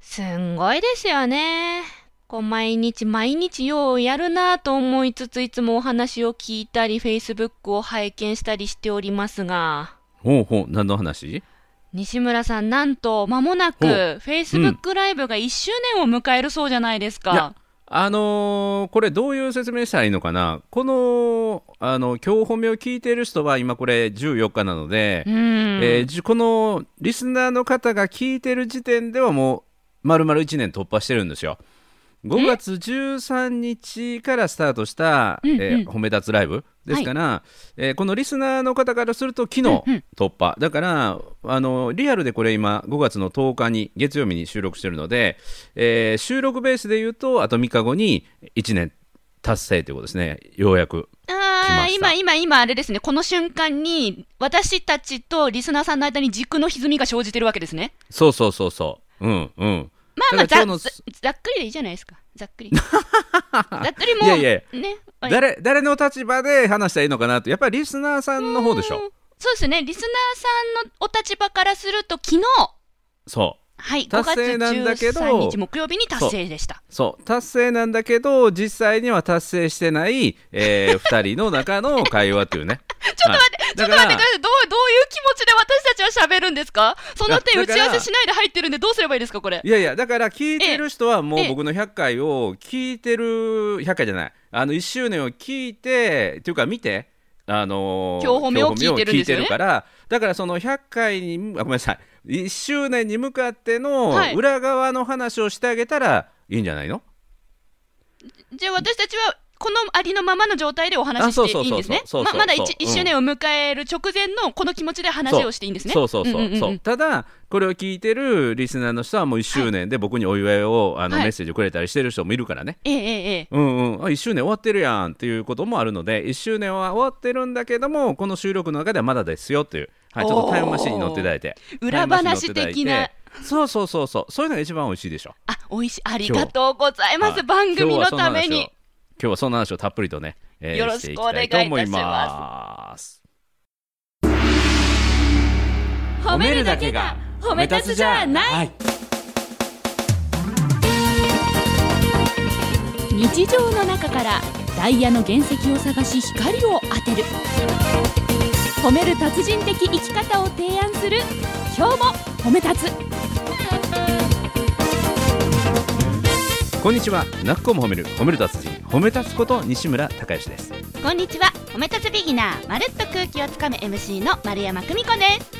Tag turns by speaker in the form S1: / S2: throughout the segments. S1: すんごいですよね。こう毎日毎日ようやるなぁと思いつついつもお話を聞いたり Facebook を拝見したりしておりますが
S2: ほうほう、何の話
S1: 西村さんなんと間もなく
S2: ほう
S1: Facebook ライブが1周年を迎えるそうじゃないです
S2: いや
S1: か。
S2: あのーこれどういう説明したらいいのかなこの、あの、今日本名を聞いている人は今これ14日なので、
S1: うん
S2: えーじこのリスナーの方が聞いてる時点ではもう丸々1年突破してるんですよ5月13日からスタートした「
S1: うんうん
S2: えー褒め立つライブ」ですから、えーこのリスナーの方からすると昨日
S1: うんうん
S2: 突破、だからあのリアルでこれ今5月の10日に月曜日に収録してるので、えー収録ベースで言うとあと3日後に1年達成ということですねようやく来
S1: あ
S2: ま
S1: ー
S2: した
S1: 今、今、今、あれですね、この瞬間に、私たちとリスナーさんの間に軸の歪みが生じてるわけですね。
S2: そうそうそうそううんうん
S1: まあまあ、
S2: だか
S1: ざ
S2: ら
S1: っ
S2: 今日
S1: ざ
S2: の
S1: ざっくりでいいじゃないですか。ざっ くり。ざっくりもう、
S2: いやいや
S1: ね。はい
S2: 誰誰の立場で話したらいいのかなってやっぱりリスナーさんの方でし
S1: うん
S2: ょ
S1: そうですね、リスナーさんのお立場からすると、昨日、
S2: そ
S1: はい、5
S2: 達
S1: 月
S2: 成なんだけど
S1: 13日木曜日に達成でした。
S2: うそう達成なんだけど実際には達成してない、 え2人の中の会話っていうねちょっと待って
S1: ちょっと待ってください、どうどういう気持ちで私たちは喋るんですかその点
S2: い
S1: 打
S2: やだか
S1: ち合
S2: ら
S1: わせしないで入ってるんで、どうすればいいですか、これ。
S2: いやいやだから聞いてる人はも
S1: ええ
S2: う僕の100回を聞いてる100回じゃないあの1周年を聞いてっていうか見てあのー
S1: 今日褒めを聞いてるんですよね
S2: 今日褒めを聞いてるからだからその100回にあごめんなさい1周年に向かっての
S1: はい
S2: 裏側の話をしてあげたらいいんじゃないの、
S1: じゃあ私たちはこのありのままの状態でお話し
S2: あそう
S1: し
S2: そ
S1: てい
S2: う
S1: いんですね。
S2: そう
S1: ま
S2: そうそう
S1: まだ
S2: そう
S1: 1,
S2: うん
S1: 周年を迎える直前のこの気持ちで話をしていいんですね。
S2: そうそうそうそう,、
S1: んんんん
S2: ただこれを聞いてるリスナーの人はもう1周年で僕にお祝いを、あの
S1: はい
S2: メッセージをくれたりしてる人もいるからね、
S1: ええええええ。
S2: うんうん、あ1周年終わってるやんっていうこともあるので1周年は終わってるんだけどもこの収録の中ではまだですよっていう、はい、ちょっとタイムマシンに乗っていただいて
S1: おー裏話的な
S2: タイムマシンに乗っていただいてそうそうそうそうそういうのが一番美味しいでしょ
S1: あ、美味しい。ありがとうございます。
S2: はい
S1: 番組のため
S2: 今
S1: に。
S2: 日はそんな話を今日はそんな話をたっぷりとね、えー
S1: よろしくお願いいたします
S2: てきます
S1: 褒
S2: はい
S1: 日常の中からダイヤの原石を探し光を当てる褒める達人的生き方を提案する今日も褒め立つ
S2: こんにちは、なっこも褒める褒める達人褒め立つこと西村孝之です。
S1: こんにちは褒め立つビギナーまるっと空気をつかむ MC の丸山久美子です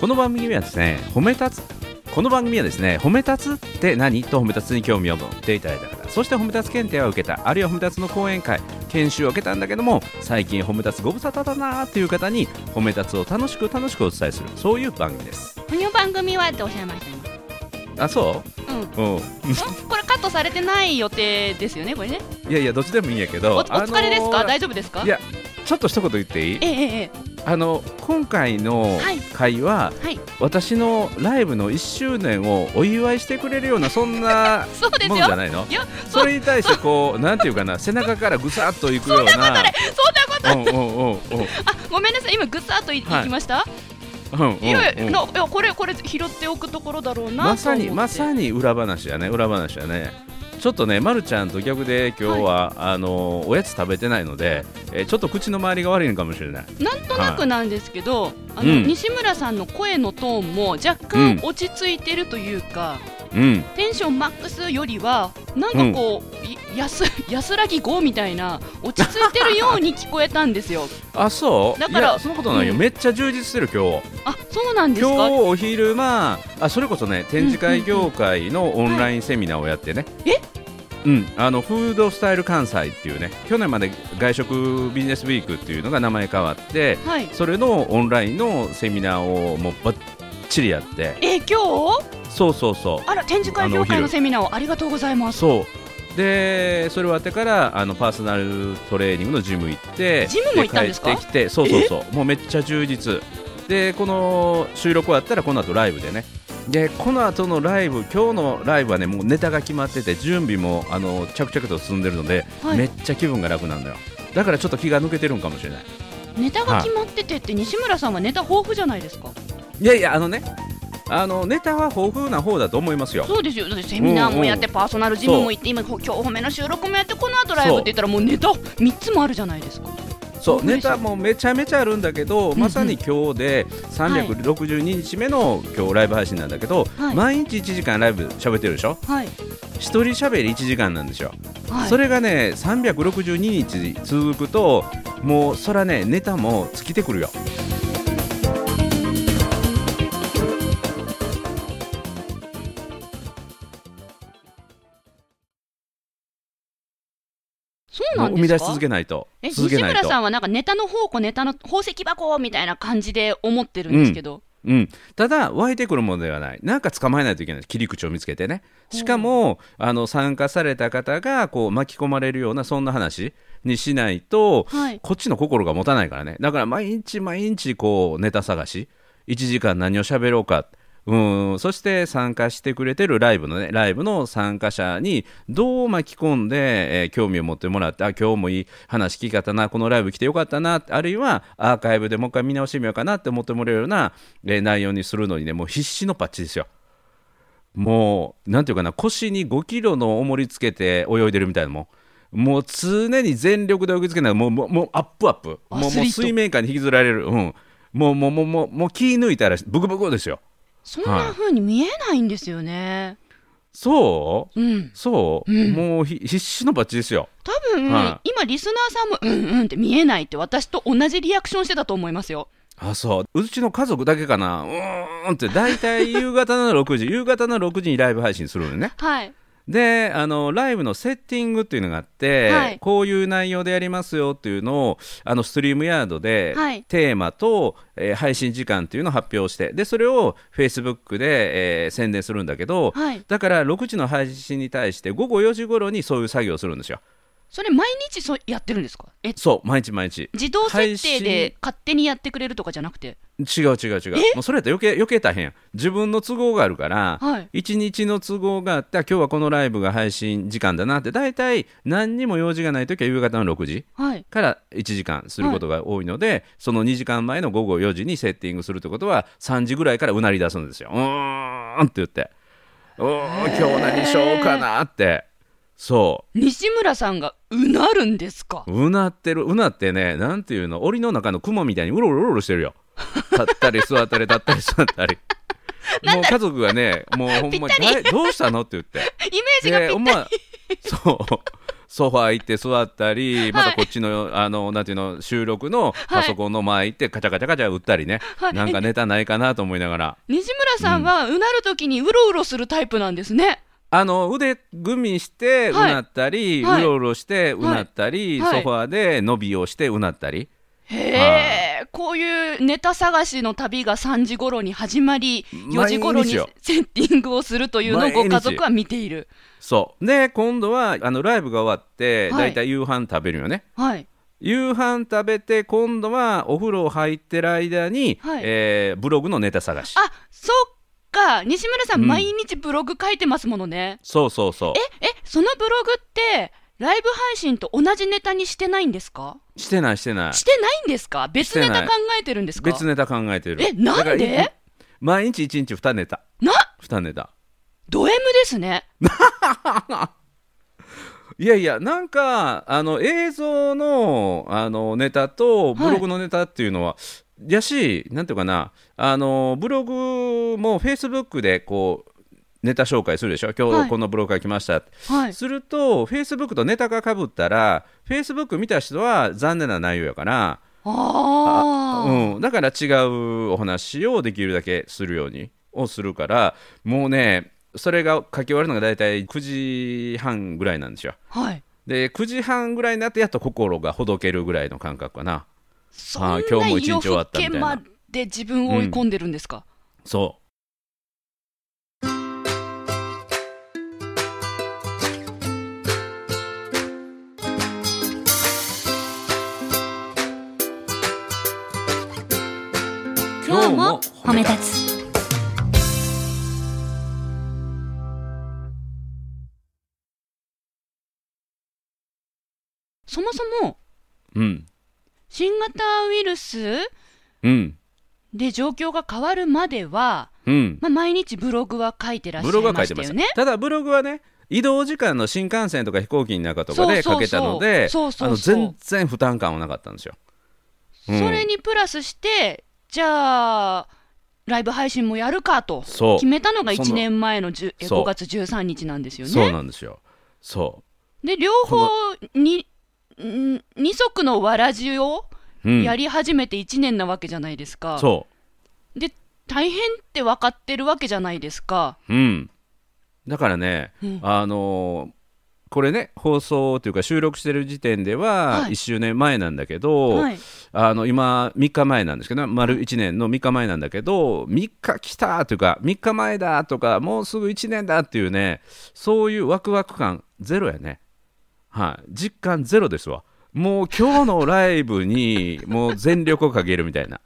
S2: この番組はですね、褒め立つこの番組はですね、褒め立つって何と褒め立つに興味を持っていただいた方、そして褒め立つ検定は受けた、あるいは褒め立つの講演会研修を受けたんだけども、最近褒め立つご無沙汰だなーっていう方に褒め立つを楽しく楽しくお伝えするそういう番組です。
S1: この番組はっておっしゃいました今
S2: あ、そ
S1: うん、
S2: う？うん。
S1: これカットされてない予定ですよねこれね
S2: いやいやどっちでもいいんやけ
S1: お
S2: ど。
S1: お疲れですか、
S2: あのー
S1: 大丈夫ですか
S2: いやちょっと一言言っていい
S1: え？えええ
S2: あの今回の
S1: はい
S2: 会は、
S1: はい
S2: 私のライブの1周年をお祝いしてくれるようなそんな
S1: そうです
S2: も
S1: よ
S2: んじゃないの
S1: いやそ
S2: それに対してこうなんていうかな背中からぐさっといくよ うなそんなことないそんなことうんうん
S1: あごめんなさい今ぐさっといいき
S2: はい
S1: ました、
S2: うんうん
S1: いやい
S2: うん
S1: や
S2: うん
S1: ないやこれこれ拾っておくところだろうな
S2: まさに
S1: と思って
S2: まさに裏話やね裏話やねちょっとね、ま、るちゃんと逆で今日は、あのおやつ食べてないので、えーちょっと口の周りが悪いのかもしれない
S1: なんとなくなんですけど、あの
S2: うん
S1: 西村さんの声のトーンも若
S2: うん
S1: 干落ち着いてるというか、
S2: うん
S1: テンションマックスよりはなんかこう、い安安らぎ5みたいな落ち着いてるように聞こえたんですよ
S2: あそう
S1: だから
S2: いやそんなことないよ、
S1: うん
S2: めっちゃ充実してる今日
S1: あそうなんです
S2: 今日
S1: か
S2: お昼間あそれこそね展示会業界のオンラインセミナーをやってね、
S1: いえ
S2: うん、あのフードスタイル関西っていうね去年まで外食ビジネスウィークっていうのが名前変わって
S1: はい
S2: それのオンラインのセミナーをもうばっちりやって
S1: え今日
S2: そうそうそ
S1: あら展示
S2: あ
S1: 会
S2: のお
S1: 業
S2: 昼
S1: 界のセミナーをありがとうございうます
S2: そうでそれ終わってからあのパーソナルトレーニングのジム行って
S1: ジムも行ったんですか
S2: 帰ってきてそうそうそうもうめっちゃ充実でこの収録終わったらこの後ライブでねでこの後のライブ今日のライブはねもうネタが決まってて準備もあの着々と進んでるので、
S1: はい
S2: めっちゃ気分が楽なんだよだからちょっと気が抜けてるんかもしれない
S1: ネタが決まっててって西村さんはネタ豊富じゃないですか
S2: いやいやあのねあのネタは豊富な方だと思いますよ。
S1: そうですよだってセミナーもやって、
S2: うん
S1: パーソナルジム
S2: そ
S1: も
S2: う
S1: 行って今今日お褒めの収録もやってこの後ライブって言ったらもうネタ3つもあるじゃないですか
S2: そう
S1: ね
S2: ネタもめちゃめちゃあるんだけど、
S1: ん
S2: まさに今日で362日目の今日ライブ配信なんだけど、
S1: はい
S2: 毎日1時間ライブ喋ってるでしょ
S1: はい、
S2: 一人喋り1時間なんですよ、
S1: はい、
S2: それがね362日続くともうそらねネタも尽きてくるよ
S1: そう
S2: も
S1: な
S2: うん生み
S1: で
S2: 出
S1: す
S2: し
S1: か
S2: 続けないと
S1: え
S2: 続
S1: 西
S2: けない
S1: 村
S2: と
S1: さんはなんかネタの宝庫ネタの宝石箱みたいな感じで思ってるんですけど、
S2: うん、ただ湧いてくるものではないなんか捕まえないといけない切り口を見つけてねしかもあの参加された方がこう巻き込まれるようなそんな話にしないと、
S1: はい
S2: こっちの心が持たないからねだから毎日毎日こうネタ探し1時間何を喋ろうかうんそして参加してくれてるライブのねライブの参加者にどう巻き込んで、えー興味を持ってもらってあ今日もいい話聞き方なこのライブ来てよかったなあるいはアーカイブでもう一回見直してみようかなって思ってもらえるような、えー内容にするのにねもう必死のパッチですよ。もうなんていうかな腰に5キロの重りつけて泳いでるみたいなもんもう常に全力で泳ぎつけないもうもうもうアップアップもうも
S1: ア
S2: う
S1: スリート
S2: 水面下に引きずられる、うん、もうもうもうもうもう気抜いたらブクブクですよ
S1: そんな風に見えないんですよね、
S2: そう
S1: うん
S2: そう、
S1: うん
S2: もうひ必死のバッチですよ
S1: 多分、
S2: は
S1: 今リスナーさんもうんうんって見えないって私と同じリアクションしてたと思いますよ
S2: あそううちの家族だけかなうーんって大体夕方の6時夕方の6時にライブ配信するのね
S1: はい
S2: であのライブのセッティングっていうのがあって、
S1: はい
S2: こういう内容でやりますよっていうのをあのストリームヤードで、
S1: はい
S2: テーマと、えー配信時間っていうのを発表してでそれを Facebook で、えー宣伝するんだけど、
S1: はい
S2: だから6時の配信に対して午後4時頃にそういう作業をするんですよ
S1: それ毎日そうやってるんですかえ
S2: そう毎日毎日
S1: 自動設定
S2: 配
S1: で勝手にやってくれるとかじゃなくて
S2: 違う違う違うもうそれやったら余計余計大変やん自分の都合があるから、
S1: はい
S2: 一日の都合があってあ今日はこのライブが配信時間だなって大体何にも用事がない時は夕方の6時
S1: はい
S2: から1時間することが多いので、その2時間前の午後4時にセッティングするってことは3時ぐらいからうなり出すんですよ。うーんって言って「うーん今日何しようかな」ってそ
S1: 西村さんがうなるんですか
S2: ううなってるうなってねなんていうの檻の中の雲みたいにうろうろうろうろしてるよ。立ったり座ったり立ったり座った り。もう家族がねもうほんまに「えどうしたの?」って言って。
S1: イメージがぴった
S2: で
S1: り、
S2: 思わそうソファー行って座ったり、またこっちのあのなんていうの収録のパソコンの前行ってカチャカチャカチャ打ったりね、
S1: はい
S2: なんかネタないかなと思いながら
S1: 西村さんはうなるときにうろうろするタイプなんですね、
S2: あの腕グミしてう
S1: はい
S2: なったり、
S1: はいう
S2: ろうろしてうなったり、
S1: はいはい
S2: ソファーで伸びをしてうなったり、
S1: へえこういうネタ探しの旅が3時頃に始まり4時頃に
S2: 毎日よ
S1: セッティングをするというのをご家族は見ている
S2: そうで今度はあのライブが終わって、
S1: はい
S2: だいたい夕飯食べるよね。
S1: はい
S2: 夕飯食べて今度はお風呂入ってる間に、
S1: はい
S2: えーブログのネタ探し
S1: あそっか西村さん、
S2: うん
S1: 毎日ブログ書いてますものね
S2: そうそうそう
S1: えそのブログってライブ配信と同じネタにしてないんですか
S2: してないしてない
S1: してないんですか別ネ
S2: して
S1: タ
S2: ない
S1: 考えてるんですか
S2: 別ネタ考えてる
S1: えなんで
S2: だからい毎日1日2ネタ
S1: な
S2: 2ネタ
S1: ド M ですね
S2: いやいやなんかあの映像のあのネタとブログのネタっていうのは、やしなんていうかなあのブログもフェイスブックでこうネタ紹介するでしょ今
S1: はい
S2: 日このブログが来ました、
S1: はい
S2: するとフェイスブックとネタがかぶったらフェイスブック見た人は残念な内容やから
S1: ああ
S2: うん、だから違うお話をできるだけするようにをするからもうねそれが書き終わるのが大体9時半ぐらいなんですよ
S1: はい
S2: で9時半ぐらいになってやっと心がほどけるぐらいの感覚かな
S1: そんな
S2: あー今日も一日終わったみた
S1: 夜
S2: いな
S1: 更けまで自分を追い込んでるんですか、
S2: そう
S3: 今日も褒め立つ
S1: そもそも
S2: うん
S1: 新型ウイルス
S2: うん
S1: で状況が変わるまでは、
S2: うん。
S1: まあ、毎日ブログは書いてらっしゃ
S2: ブロ
S1: い
S2: グは書
S1: ま
S2: い
S1: してた
S2: ま
S1: よ
S2: す
S1: ね。
S2: ただブログはね移動時間の新幹線とか飛行機の中とかで
S1: そうそうそう
S2: 書けたので
S1: そうそ
S2: あ
S1: う
S2: の
S1: そう
S2: 全然負担感はなかったんですよ。うん
S1: それにプラスしてじゃあライブ配信もやるかと
S2: そう
S1: 決めたのが
S2: その
S1: 1年前の10え
S2: そう
S1: 5月13日なんですよ
S2: そう
S1: ね。
S2: なんですよ。そ
S1: で両方にん二足のわらじを
S2: う。うん、
S1: やり始めて1年なわけじゃないですか。
S2: そ
S1: で大変って分かってるわけじゃないですか。
S2: う。うん。だからね、
S1: うん
S2: あのーこれね放送というか収録してる時点では
S1: はい
S2: 1周年前なんだけど、
S1: はい、
S2: あの今3日前なんですけど丸1年の3日前なんだけど3日来たというか3日前だとかもうすぐ1年だっていうねそういうワクワク感ゼロやねはい実感ゼロですわもう今日のライブにもう全力をかけるみた いな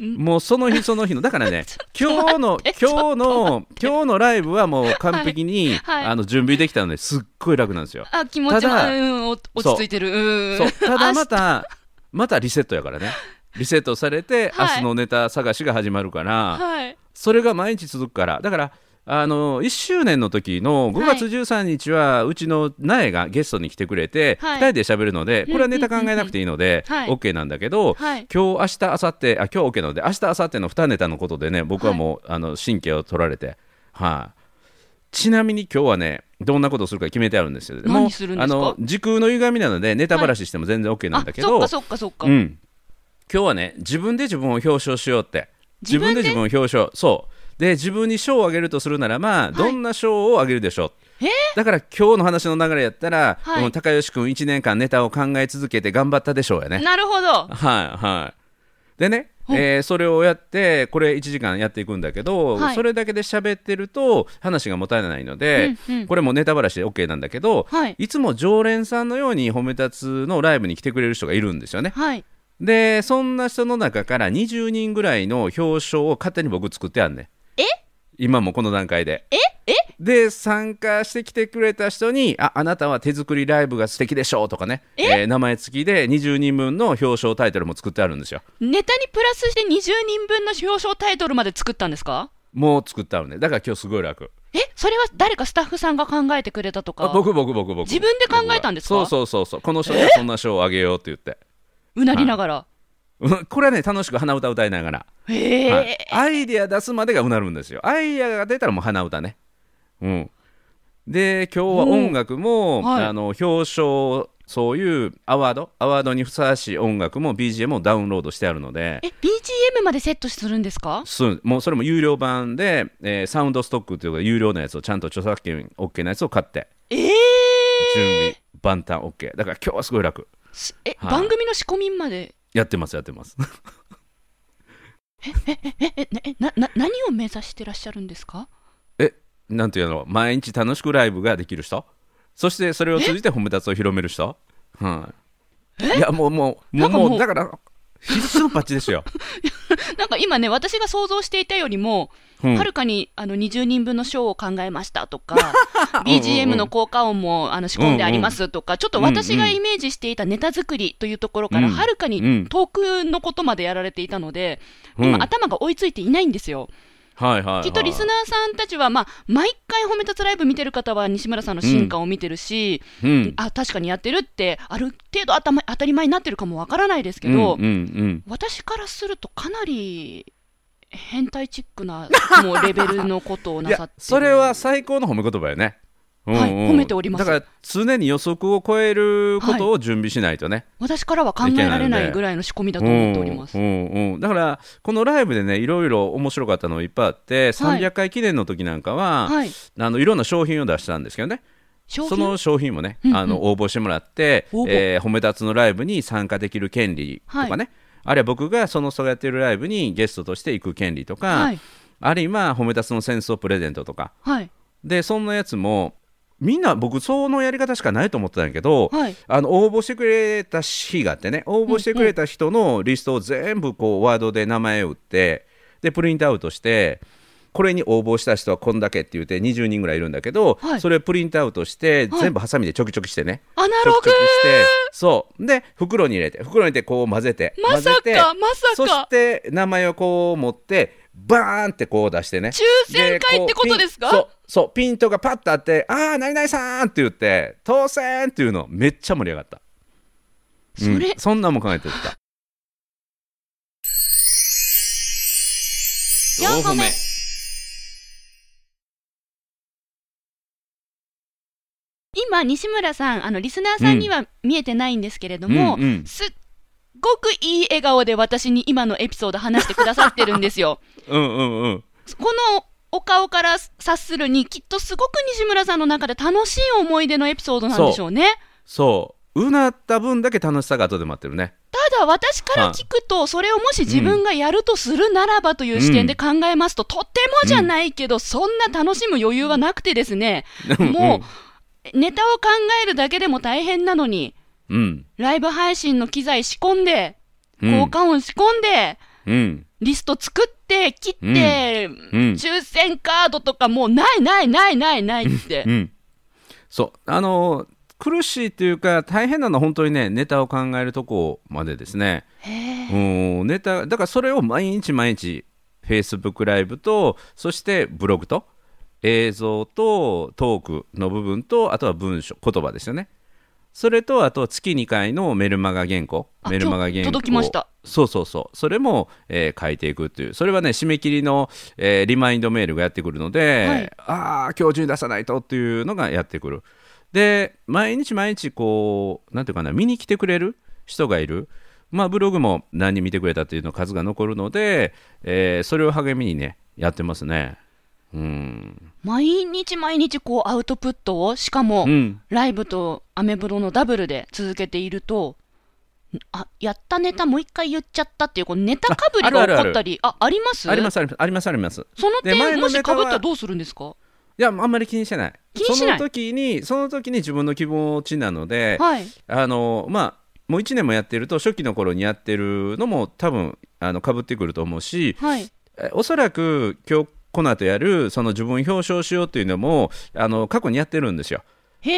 S2: もうその日その日のだからね今日の今日の今日のライブはもう完璧に、
S1: はいはい
S2: あの準備できたのですっごい楽なんですよ
S1: あ気持ち
S2: た
S1: も
S2: だ
S1: うんお落ち着いてる。うん
S2: そうただま
S1: あ
S2: たまたリセットやからねリセットされて、
S1: はい
S2: 明日のネタ探しが始まるから
S1: はい
S2: それが毎日続くからだからあの1周年の時の5月
S1: は
S2: 13日はうちの苗がゲストに来てくれて、
S1: はい
S2: 2人で喋るのでこれはネタ考えなくていいので、
S1: うんうんうんうんはい
S2: OK なんだけど、
S1: はい
S2: 今日明日明後日あ今日 OK なので明日明後日の2ネタのことでね僕はもう、あの神経を取られてはい、ちなみに今日はねどんなことをするか決めてあるんですよ
S1: 何
S2: もう
S1: するんで
S2: あ
S1: すか
S2: の時空の歪みなのでネタばらししても全然 OK なんだけど、
S1: あそっかそっかそっか。
S2: うん、今日はね自分で自分を表彰しようって
S1: 自分で
S2: 自分を表彰そうで自分に賞をあげるとするならば、どんな賞をあげるでしょう
S1: えー
S2: だから今日の話の流れやったら、
S1: はい
S2: この高吉君1年間ネタを考え続けて頑張ったでしょうやね
S1: なるほど。
S2: はいはい。でね、
S1: ほう
S2: えーそれをやってこれ1時間やっていくんだけど、
S1: はい
S2: それだけで喋ってると話がもたれないので、
S1: うんうん
S2: これもネタばらしで OK なんだけど、
S1: はい
S2: いつも常連さんのように褒め立つのライブに来てくれる人がいるんですよね。
S1: はい。
S2: でそんな人の中から20人ぐらいの表彰を勝手に僕作ってあんね
S1: え
S2: 今もこの段階で
S1: ええ
S2: で参加してきてくれた人に「ああなたは手作りライブが素敵でしょう」とかねえ、ー名前付きで20人分の表彰タイトルも作ってあるんですよ
S1: ネタにプラスして20人分の表彰タイトルまで作ったんですか
S2: もう作ってあるねだから今日すごい楽
S1: えそれは誰かスタッフさんが考えてくれたと
S2: あ
S1: か
S2: 僕僕僕僕
S1: 自分で考えたんですか
S2: 僕がそうそうそうそうこの人にはそんな賞をあげようって言って
S1: うなりながら、
S2: うんこれはね楽しく鼻歌歌いながら
S1: へえ、
S2: はい、アイディア出すまでがうなるんですよアイディアが出たらもう鼻歌ねうんで今日は音楽も、
S1: うんはい
S2: あの表彰そういうアワードアワードにふさわしい音楽も BGM もダウンロードしてあるので
S1: え BGM までセットするんですか
S2: そうもうそれも有料版で、えーサウンドストックというか有料のやつをちゃんと著作権 OK なやつを買って
S1: ええ
S2: 準備万端 OK だから今日はすごい楽
S1: すえ、
S2: はい
S1: 番組の仕込みまで
S2: やってますやってます
S1: ええなえなな何を目指してらっしゃるんですか
S2: えなんていうの毎日楽しくライブができる人そしてそれを通じて褒め立つを広める人はいいやもうもう
S1: な
S2: もうん
S1: かもう
S2: もうだから必須のパッチです よ、
S1: なんか今ね私が想像していたよりも
S2: うん
S1: はるかにあの20人分の賞を考えましたと か、BGM の効果音もあの仕込んでありますとか、ちょっと私がイメージしていたネタ作りというところから、
S2: うん
S1: はるか
S2: う
S1: に
S2: ん
S1: 遠くのことまでやられていたので、
S2: うん
S1: 今、頭が追いついていないんですよ。
S2: はいはいはい
S1: きっとリスナーさんたちは、まあ、毎回褒め立つライブ見てる方は、西村さんの進化を見てるし、
S2: うん
S1: あ確かにやってるって、ある程度頭当たり前になってるかもわからないですけ
S2: うん
S1: ど、
S2: うんうん
S1: 私からするとかなり変態チックなもうレベルのことを
S2: い
S1: なさって
S2: や
S1: る
S2: それは最高の褒め言葉よねうんうん
S1: はい褒めております
S2: だから常に予測を超えることを準備しないとね、
S1: 私からは考えられないぐらいの仕込みだと思っております
S2: う。んうんうんだからこのライブでねいろいろ面白かったのいっぱいあって、
S1: はい
S2: 300回記念の時なんかは、
S1: はい、
S2: あのいろんな商品を出したんですけどね
S1: 商
S2: そ
S1: 品
S2: の商品もね、
S1: うんうん
S2: あの応募してもらって、
S1: 応募
S2: えー褒め立つのライブに参加できる権利とかね、あるいは僕がその人がやってるライブにゲストとして行く権利とか、
S1: はい
S2: あるいは褒め立つのセンスをプレゼントとか
S1: はい
S2: でそんなやつもみんな僕そのやり方しかないと思ってたんやけど、
S1: はい
S2: あの応募してくれた日があってね応募してくれた人のリストを全部こうワードで名前を打ってでプリントアウトしてこれに応募した人はこんだけって言って20人ぐらいいるんだけど、
S1: はい
S2: それをプリントアウトして、
S1: はい
S2: 全部ハサミでちょきちょきしてね
S1: アナ
S2: ちょ
S1: ロ
S2: きち
S1: グ
S2: ょきしてそうで袋に入れて袋に入れてこう混ぜて
S1: まさ
S2: 混ぜて
S1: かまさ
S2: そし
S1: か
S2: て名前をこう持ってバーンってこう出してね
S1: 抽選会ってことですか
S2: こうピンそうそうピントがパッとあって「ああ何々さん!」って言って「当選!」っていうのめっちゃ盛り上がった
S1: それ
S2: うん、そんなんも考えてた
S3: 4個目
S1: 今西村さんあのリスナーさんには見えてないんですけれども、
S2: うんうん
S1: すっごくいい笑顔で私に今のエピソード話してくださってるんですよ
S2: うんうんうん
S1: このお顔から察するにきっとすごく西村さんの中で楽しい思い出のエピソードなんでしょうね
S2: そううなった分だけ楽しさが後で待ってるね
S1: ただ私から聞くと、それをもし自分がやるとするならばという視点で考えますと、とてもじゃないけど、そんな楽しむ余裕はなくてですね、もう、ネタを考えるだけでも大変なのに、
S2: うん
S1: ライブ配信の機材仕込んで、
S2: うん
S1: 効果音仕込んで、
S2: うん
S1: リスト作って、切って、
S2: うん
S1: 抽選カードとかもうないないないないないって
S2: う。ん、そうあのー苦しいというか大変なのは本当にねネタを考えるとこまでですね
S1: へえ
S2: うんネタだからそれを毎日毎日 Facebook ライブとそしてブログと映像とトークの部分とあとは文章言葉ですよねそれとあと月2回のメルマガ原稿
S1: あ
S2: メルマガ原稿
S1: 今日届きました
S2: そうそうそうそれも、えー書いていくっていうそれはね締め切りの、えーリマインドメールがやってくるので、
S1: はい
S2: ああ今日中に出さないとっていうのがやってくるで毎日毎日こうなんていうかな見に来てくれる人がいるまあブログも何人見てくれたっていうの数が残るので、えーそれを励みにねやってますねうん
S1: 毎日毎日こうアウトプットを、しかも、
S2: うん
S1: ライブとアメブロのダブルで続けていると、あ、やったネタもう一回言っちゃったっていう、このネタかぶり
S2: あ
S1: が
S2: ある
S1: 起
S2: あるあ
S1: こ
S2: る
S1: ったり、あ、あります
S2: ありますありますありますあります
S1: その
S2: で前
S1: 点、
S2: の
S1: もし
S2: ネタ
S1: か
S2: は
S1: ぶったらどうするんですか
S2: いやあんまり気にしてない
S1: 気にしない
S2: その時にその時に自分の気持ちなので、
S1: はい。
S2: あのまあもう1年もやってると初期の頃にやってるのも多分あの被ってくると思うし
S1: はい。
S2: えおそらく今日この後やるその自分表彰しようというのもあの過去にやってるんですよ。
S1: へ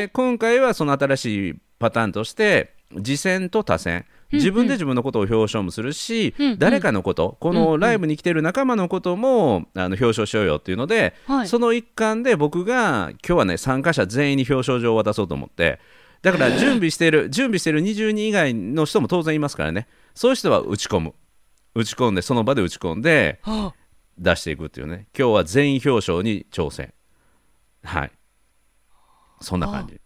S1: え。
S2: で今回はその新しいパターンとして次戦と他戦
S1: ん
S2: 自分で自分のことを表彰もするし、
S1: うんうん
S2: 誰かのことこ
S1: うんう
S2: の
S1: ん
S2: ライブに来てる仲間のこともあの表彰しようよっていうので、
S1: はい
S2: その一環で僕が今日はね参加者全員に表彰状を渡そうと思ってだから 準備してる準備してる20人以外の人も当然いますからねそういう人は打ち込む打ち込んでその場で打ち込んで
S1: はあ
S2: 出していくっていうね今日は全員表彰に挑戦はいそんな感じ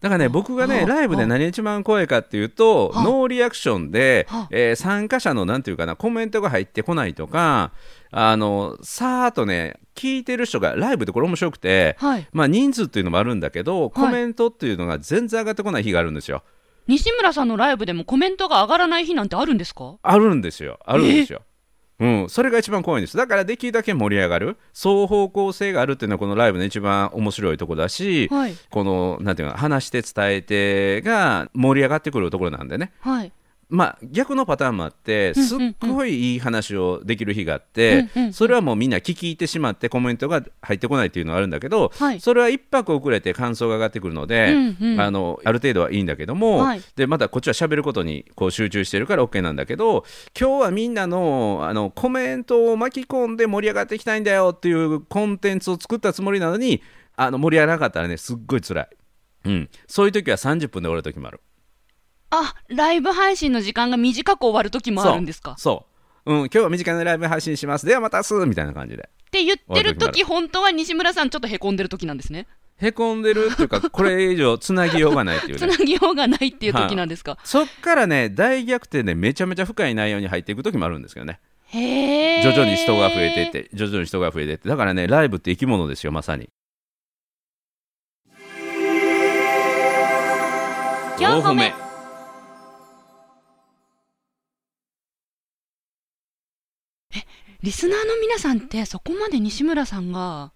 S2: だからね僕が
S1: あ
S2: ね
S1: あ
S2: ライブで何が一番怖いかっていうと
S1: あ
S2: ノーリアクションで
S1: あ、
S2: えー参加者のなんていうかなコメントが入ってこないとかあのさーっとね聞いてる人がライブでこれ面白くて、
S1: はい。
S2: まあ、人数っていうのもあるんだけどコメントっていうのが全然上がってこない日があるんですよ。
S1: 西村さんのライブでもコメントが上がらない日なんてあるんですか
S2: あるんですよ。あるんですよ。うん、それが一番怖いんですだからできるだけ盛り上がる双方向性があるっていうのはこのライブの一番面白いとこだし、
S1: はい。
S2: このなんていうの話して伝えてが盛り上がってくるところなんでね
S1: はい。
S2: まあ逆のパターンもあって
S1: うん
S2: すっごいいい話をできる日があって
S1: うんうん
S2: それはもうみんな聞き入ってしまってコメントが入ってこないっていうのはあるんだけど
S1: はい
S2: それは一泊遅れて感想が上がってくるので
S1: うんうん
S2: あのある程度はいいんだけども
S1: はい
S2: でまたこっちは喋ることにこう集中してるから OK なんだけど今日はみんなのあのコメントを巻き込んで盛り上がっていきたいんだよっていうコンテンツを作ったつもりなのにあの盛り上がらなかったらねすっごい辛い。うん、そういう時は30分で終わる時もある。
S1: あ、ライブ配信の時間が短く終わる時もあるんですか
S2: そうそう、うん、今日は身近なライブ配信しますではまたすみたいな感じで
S1: って言ってる
S2: 終わる時
S1: 時、本当は西村さんちょっとへこんでる時なんですね。
S2: へこんでるっていうかこれ以上つなぎようがないっていう
S1: つな
S2: ね
S1: ぎようがないっていう時なんですか
S2: そっからね大逆転でめちゃめちゃ深い内容に入っていく時もあるんですけどね
S1: へえ。
S2: 徐々に人が増えていって徐々に人が増えていってだからねライブって生き物ですよまさに
S3: 4歩目
S1: リスナーの皆さんってそこまで西村さんが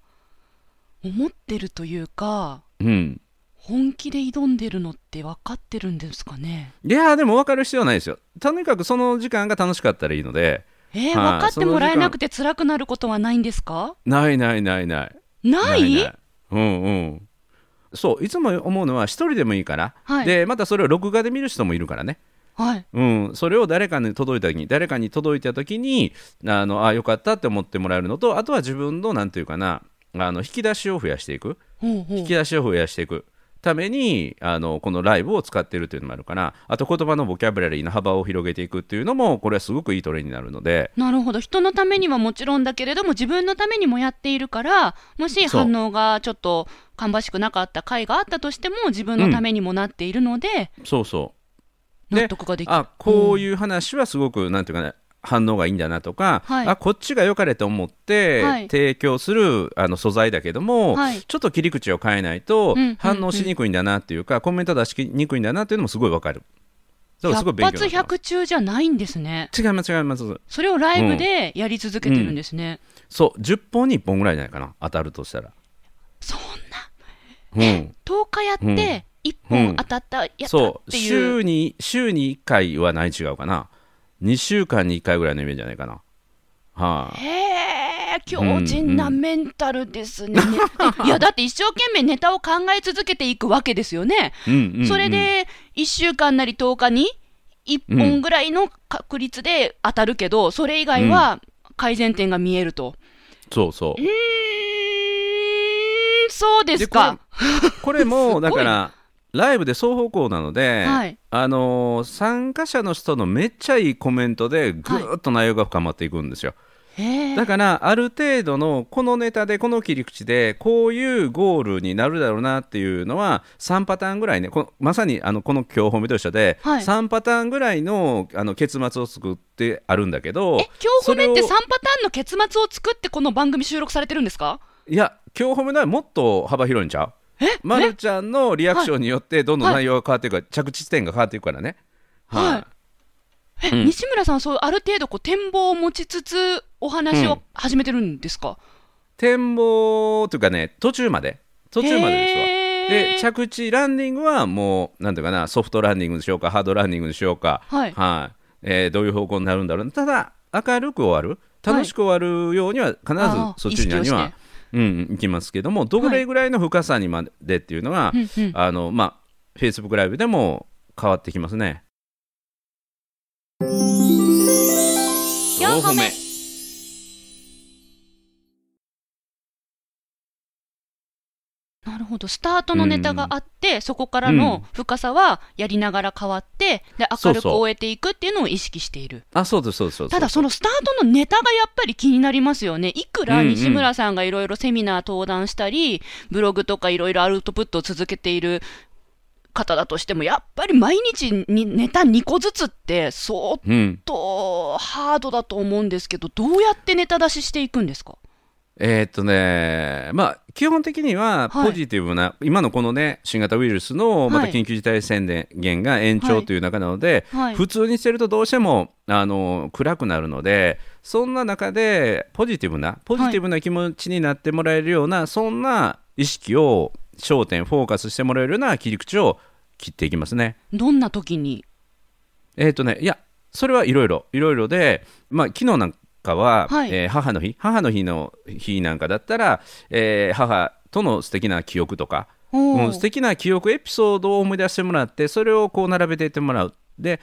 S1: 思ってるというか
S2: うん
S1: 本気で挑んでるのって分かってるんですかね
S2: いやーでも分かる必要はないですよとにかくその時間が楽しかったらいいので
S1: えー、
S2: はい
S1: 分かってもらえなくて辛くなることはないんですか
S2: ないないないない
S1: ない
S2: うんうんそういつも思うのは一人でもいいから、
S1: はい
S2: でまたそれを録画で見る人もいるからね、
S1: はい。
S2: うん、それを誰かに届いた時に誰かに届いた時にあのあよかったって思ってもらえるのとあとは自分のなんていうかなあの引き出しを増やしていく
S1: ほうほう
S2: 引き出しを増やしていくためにあのこのライブを使ってるというのもあるからあと言葉のボキャブラリーの幅を広げていくっていうのもこれはすごくいいトレーニングになるので
S1: なるほど人のためにはもちろんだけれども自分のためにもやっているからもし
S2: そう
S1: 反応がちょっと芳しくなかった回があったとしても自分のためにもなっているので、
S2: そうそうで
S1: 納得ができる。
S2: あこういう話はすごく、なんていうかね反応がいいんだなとか、
S1: はい
S2: あこっちが良かれと思って
S1: はい
S2: 提供する、あの素材だけども、
S1: はい
S2: ちょっと切り口を変えないと
S1: うんうんうん
S2: 反応しにくいんだなっていうか、コメント出しにくいんだなっていうのもすごいわかる。だからすご
S1: 百
S2: い勉強
S1: 発
S2: になって
S1: 百中じゃないんですね。
S2: ます違います違います
S1: それをライブでやり続けてるんですね。
S2: そう10本に1本ぐらいじゃないかな当たるとしたら。
S1: そんな
S2: うん、
S1: 10日やっ
S2: うん
S1: て1
S2: うん
S1: 本当たった、やったっ
S2: そう
S1: ていう
S2: 週に週に1回はない違うかな2週間に1回ぐらいのイメージじゃないかな。はい、
S1: へえ強靭なメンタルですね。ねいやだって一生懸命ネタを考え続けていくわけですよね。
S2: うんうんうん
S1: それで1週間なり10日に1本ぐらいの確率で当たるけど、それ以外は改善点が見えると。
S2: そうそう
S1: うーん、そうですか。
S2: でこれこれも
S1: すご
S2: だ
S1: い
S2: からライブで双方向なので、
S1: はい
S2: あのー参加者の人のめっちゃいいコメントでぐーっと内容が深まっていくんですよ、
S1: へえ
S2: だからある程度のこのネタでこの切り口でこういうゴールになるだろうなっていうのは3パターンぐらいねこのまさにあのこの今日褒めと一緒で、
S1: はい
S2: 3パターンぐらいのあの結末を作ってあるんだけど
S1: え、今日褒めって3
S2: それ
S1: パ
S2: を
S1: ターンの結末を作ってこの番組収録されてるんですか
S2: いや今日褒めのはもっと幅広いんちゃう
S1: え
S2: ま
S1: え
S2: るちゃんのリアクションによってどんどん
S1: はい
S2: 内容が変わっていくから、着地点が変わっていくからね。
S1: はいえ、
S2: うん
S1: 西村さんはそうある程度こう展望を持ちつつお話
S2: うん
S1: を始めてるんですか、
S2: 展望というかね途中まで途中までですわ。
S1: へ
S2: で
S1: ー
S2: 着地ランディングはもうなんていうかなソフトランディングにしようかハードランディングにしようか、
S1: はい
S2: えーどういう方向になるんだろうただ明るく終わる楽しく終わるようには必ず
S1: あー
S2: そっち
S1: 意
S2: に
S1: 識を
S2: は
S1: して、
S2: うんうん、行きますけどもどれぐらいの深さにまでっていうのは、
S1: うんうん
S2: あのまあ Facebook ライブでも変わってきますね。
S3: 4歩目
S1: なるほどスタートのネタがあって、そこからの深さはやりながら変わってで明
S2: そうそう
S1: るく終えていくっていうのを意識している
S2: あそうですそうですそうです
S1: ただそのスタートのネタがやっぱり気になりますよねいく
S2: うん
S1: ら
S2: うん
S1: 西村さんがいろいろセミナー登壇したりブログとかいろいろアウトプットを続けている方だとしてもやっぱり毎日にネタ2個ずつって相
S2: うん
S1: 当ハードだと思うんですけどどうやってネタ出ししていくんですか
S2: えーっとね、まあ、基本的には
S1: はい
S2: ポジティブな、今のこのね、新型ウイルスのまた
S1: はい
S2: 緊急事態宣言が延長という中なので、
S1: はい
S2: 普通にしてるとどうしてもあの暗くなるので、そんな中でポジティブな、ポジティブな気持ちになってもらえるような、そんな意識を、焦点、フォーカスしてもらえるような切り口を切っていきますね。
S1: どんな時に
S2: えーっとね、いや、それはいろいろ、いろいろで、まあ、昨日なんかは、
S1: はい
S2: えー母の日、母の日の日なんかだったら、えー母との素敵な記憶とか、
S1: おー
S2: うん素敵な記憶、エピソードを思い出してもらって、それをこう並べていってもらう。で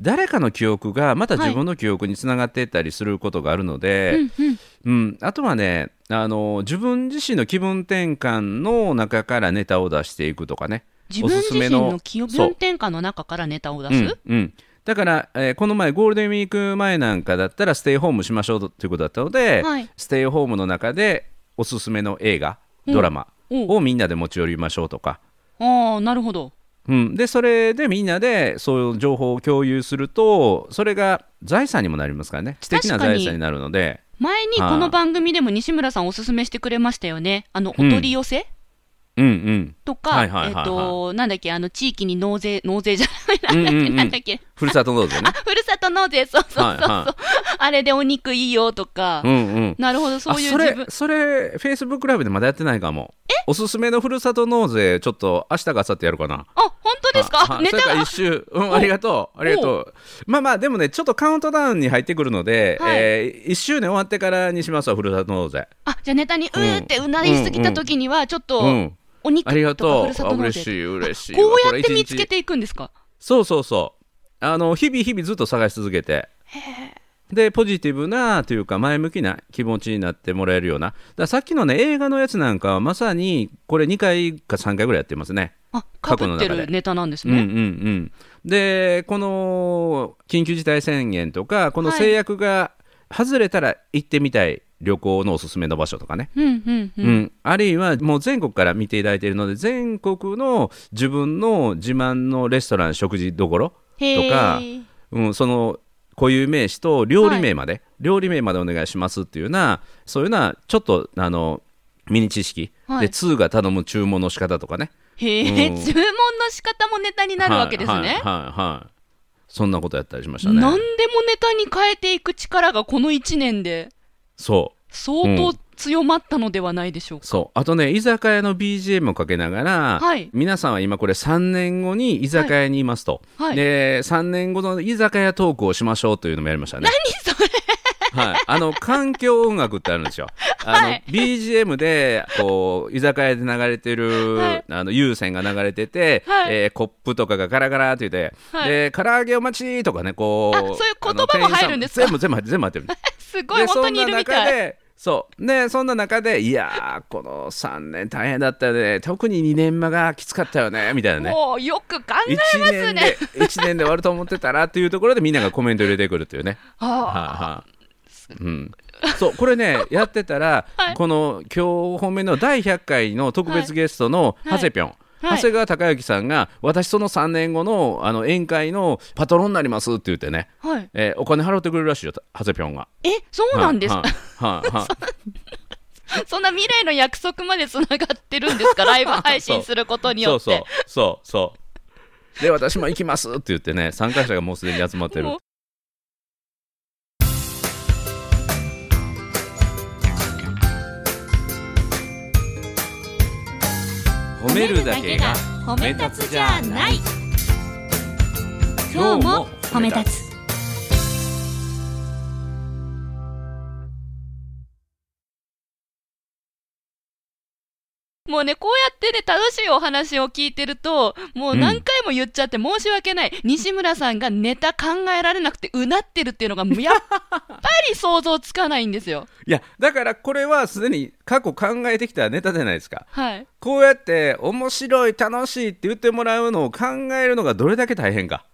S2: 誰かの記憶がまた自分の記憶につながっていったりすることがあるので、
S1: うんうん
S2: うん、あとはねあの自分自身の気分転換の中からネタを出していくとかね
S1: 自分
S2: おすす
S1: 自
S2: め
S1: 身
S2: の
S1: の気
S2: そう
S1: 分転換の中からネタを出す、
S2: うんうん、だから、えーこの前ゴールデンウィーク前なんかだったらステイホームしましょうということだったので、
S1: はい
S2: ステイホームの中でおすすめの映画
S1: うん
S2: ドラマ
S1: うん
S2: をみんなで持ち寄りましょうとか、
S1: ああなるほど
S2: うん、でそれでみんなでそういう情報を共有するとそれが財産にもなりますからね知的な
S1: 確かに
S2: 財産になるので
S1: 前にこの番組でも西村さんおすすめしてくれましたよね、あのお
S2: うん
S1: 取り寄せ
S2: うんうん
S1: と
S2: は
S1: か、
S2: いはいはい
S1: えっ
S2: はい
S1: と、なんだっけ、あの地域に納税、納税じゃな
S2: う
S1: んい、
S2: うんう ん
S1: なんだっけ、
S2: ふるさと 納税ね
S1: あふるさと納税、そうそうそう、
S2: はいは
S1: あれでお肉いいよとか、
S2: いうんうん
S1: なるほど、そういう
S2: あそ
S1: 自
S2: れ
S1: 分、
S2: それフェイスブックライブでまだやってないかもおすすめのふるさと納税ちょっと明日か明後日やるかな
S1: あ本当当ですか
S2: あ
S1: ネタ
S2: それから
S1: が
S2: 一周、うん、ありがとう、ありがとう。まあまあ、でもね、ちょっとカウントダウンに入ってくるので、
S1: はい
S2: えー、1周年終わってからにしますわ、ふるさと納税。
S1: あじゃあネタにうーってうなりすぎた時にはちょっと
S2: うん。
S1: お肉
S2: ありが
S1: とかふ
S2: と
S1: るさ
S2: う。あ
S1: と納
S2: 嬉し
S1: 税
S2: い、嬉しい。
S1: こうやっ
S2: れ一
S1: て
S2: 日
S1: 見つけていくんですか
S2: そうそうそう。あの、日々日々ずっと探し続けて。で、ポジティブなというか、前向きな気持ちになってもらえるような。だからさっきのね、映画のやつなんかは、まさに、これ2回か3回ぐらいやってますね。
S1: あか
S2: 過去
S1: ぶ
S2: の
S1: って
S2: 中で
S1: るネタなんです
S2: うんうんう
S1: ね、
S2: ん、でこの緊急事態宣言とかこの
S1: はい
S2: 制約が外れたら行ってみたい旅行のおすすめの場所とかね、
S1: うん、うんう
S2: うんんあるいはもう全国から見ていただいているので全国の自分の自慢のレストラン食事どころ、
S1: へ
S2: とか
S1: ー
S2: うん、その固有名詞と料理名まで、料理名までお願いしますっていうようなそういうようなちょっとあのミニ知識、
S1: はい
S2: で通が頼む注文の仕方とかね
S1: へえ、
S2: うん
S1: 注文の仕方もネタになるわけですね、
S2: はいはいはいはいそんなことやったりしましたね
S1: 何でもネタに変えていく力がこの1年で
S2: そう
S1: 相当強まったのではないでしょうか、
S2: そうあとね居酒屋の BGM をかけながら、
S1: はい
S2: 皆さんは今これ3年後に居酒屋にいますと、
S1: はい
S2: で3年後の居酒屋トークをしましょうというのもやりましたね
S1: 何それ
S2: はい、あの環境音楽ってあるんですよ。あの、
S1: はい
S2: BGM でこう居酒屋で流れてる、
S1: はい
S2: あの有線が流れてて、
S1: はい
S2: えーコップとかがガラガラって言って、
S1: はい
S2: で唐揚げお待ちとかねこう
S1: あそういう言葉も入るんですか
S2: あの店員さ全部全部入って全部入ってる。
S1: すごい本当にいるみ
S2: そんな中
S1: たい
S2: でそうねそんな中でいやーこの3年大変だったよね特に2年間がきつかったよねみたいなね。
S1: もうよく考え
S2: 1
S1: ます
S2: 年で
S1: ね
S2: 1年で終わると思ってたらっていうところでみんながコメント入れてくるっていうね。
S1: あ
S2: はいはい。うん。そうこれね やってたら、
S1: はい
S2: この今日本命の第100回の特別ゲストの
S1: はい
S2: 長谷ぴょん、
S1: はい
S2: 長谷川隆之さんが私その3年後のあの宴会のパトロンになりますって言ってね、
S1: あはい
S2: えーお金払ってくれるらしいよ長谷ぴょんが。
S1: えそうなんです
S2: はいはい はいはい
S1: そんな未来の約束までつながってるんです かライブ配信することによ
S2: そ
S1: っ
S2: う
S1: て
S2: そうそうそう。で私も行きますって言ってね参加者がもうすでに集まってる
S1: もう。
S2: 褒めるだけが
S3: 褒
S2: め立つじゃない
S3: 今日も褒め立つ
S1: もうね、こうやってね、楽しいお話を聞いてると、もう何回も言っちゃって申し訳ない。西村さんがネタ考えられなくてうなってるっていうのが、もうやっぱり想像つかないんですよ。
S2: いやだからこれはすでに過去考えてきたネタじゃないですか。
S1: はい。
S2: こうやって面白い楽しいって言ってもらうのを考えるのがどれだけ大変か。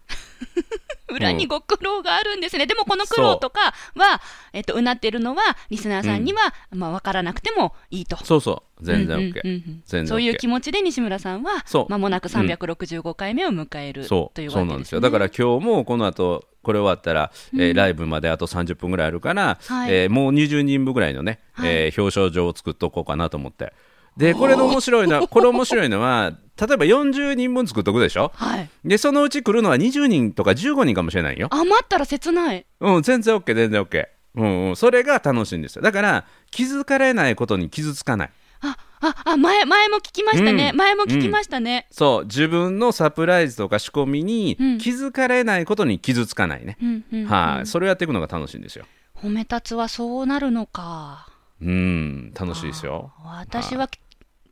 S1: 裏にご苦労があるんですね。でもこの苦労とかは、えっと、うなってるのは、リスナーさんには、まあ、わからなくてもいいと。
S2: そうそう全然 OK、
S1: うんうんうんうん
S2: 全然 OK
S1: そういう気持ちで西村さんは
S2: そう
S1: まもなく365回目を迎える、
S2: そ
S1: というう
S2: そう
S1: わ
S2: な
S1: けで
S2: んです
S1: す、
S2: よ
S1: ね、
S2: だから今日もこの後これ終わったら、えーライブまであと30分ぐらいあるから、
S1: はい
S2: えーもう20人分ぐらいのね、
S1: はい
S2: えー表彰状を作っとこうかなと思ってでこれの面白いのは これ面白いのは例えば40人分作っとくでしょ
S1: はい
S2: でそのうち来るのは20人とか15人かもしれないよ、
S1: 余ったら切ない
S2: うん、全然 OK 全然 OK うんうん、それが楽しいんですよだから気づかれないことに傷つかない
S1: あ、あ、あ、前、前も聞きましたね。
S2: うん
S1: 前も聞きましたね。
S2: そう自分のサプライズとか仕込みに
S1: うん
S2: 気づかれないことに傷つかないね、
S1: うん、うん、うん
S2: はい、それをやっていくのが楽しいんですよ
S1: 褒め立つはそうなるのか。
S2: うん、楽しいですよ。
S1: あ私は、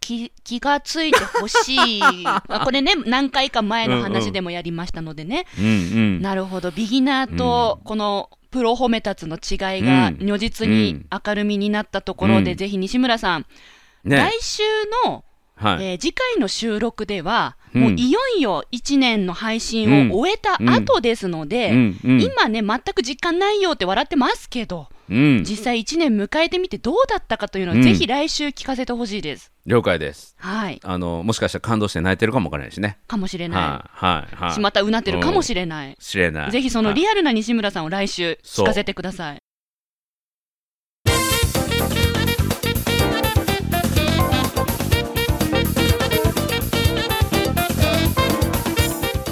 S1: き、気がついてほし い。あこれね、何回か前の話でもやりましたのでね。
S2: うんうん。
S1: なるほど。ビギナーと、この、プロ褒め立つの違いが
S2: うん
S1: 如実
S2: う
S1: に
S2: ん
S1: 明るみになったところで、
S2: うん
S1: ぜひ西村さん、
S2: ね
S1: 来、週の、
S2: はい、
S1: えー次回の収録では、
S2: うん
S1: もういよいよ1年の配信を終えた後ですので、
S2: うんうん
S1: 今ね、全く実感ないよって笑ってますけど、
S2: うん、
S1: 実際1年迎えてみてどうだったかというのを、
S2: うん
S1: ぜひ来週聞かせてほしいです。
S2: 了解です。
S1: はい。
S2: あの、もしかしたら感動して泣いてるかもわからないしね。
S1: かもしれな。
S2: はい、はい、はいい。
S1: しまったうなってるかもしれない。
S2: 知れない。
S1: ぜひそのリ
S2: ア
S1: アルな西村さんを来週聞かせてください。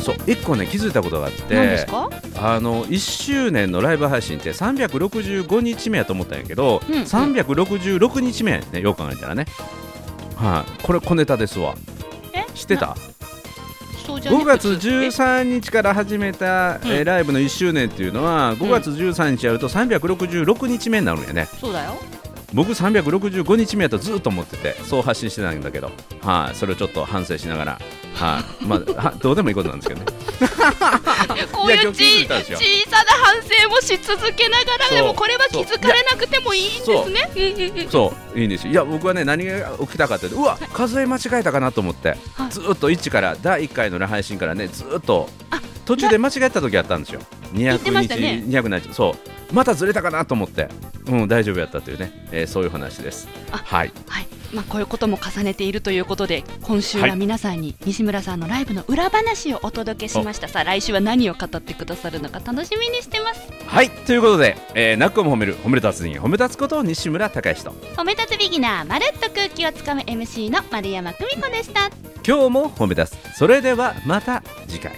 S2: そう、一個ね、気づいたことがあっ
S1: 何です
S2: て。
S1: か
S2: あの、一周年のライブ配信って、365日目やと思ったんやけど
S1: うんうん。
S2: 366日目、ね、よう考えたらね。はい、これ小ネタですわ。
S1: え
S2: 知ってた。
S1: そうじゃね
S2: 5月
S1: 普通え
S2: 13日から始めた、えーライブの1周年っていうのは5月13日やると366日目になるんやね
S1: そう だよ
S2: 僕365日目やとずっと思っててそう発信してたんだけど、はい、それをちょっと反省しながら、はい、まあはどうでもいいことなんですけどね
S1: こういう
S2: 今日気づ
S1: ち
S2: いたでしょ
S1: 小さな反省もし続けながら
S2: そう
S1: でもこれは気づかれなくてもいいんですねうんうんうん
S2: そういいんですよいや僕はね何が起きたかっていうとうわ数え間違えたかなと思って、
S1: はい
S2: ずーっと1から第1回の配信からねずーっと途中で間違えた時あったんですよ200
S1: ってましたね
S2: 日、200日そうまたずれたかなと思ってうん大丈夫やったというね、えーそういう話です
S1: あ
S2: はい
S1: はいまあ、こういうことも重ねているということで今週
S2: は
S1: はい皆さんに西村さんのライブの裏話をお届けしました、さあ来週は何を語ってくださるのか楽しみにしてます
S2: はいということで、えー、なっこも褒める褒め立つに褒め立つことを西村隆之と
S1: 褒め立つビギナーまるっと空気をつかむ MC の丸山久美子でした
S2: 今日も褒め立つそれではまた次回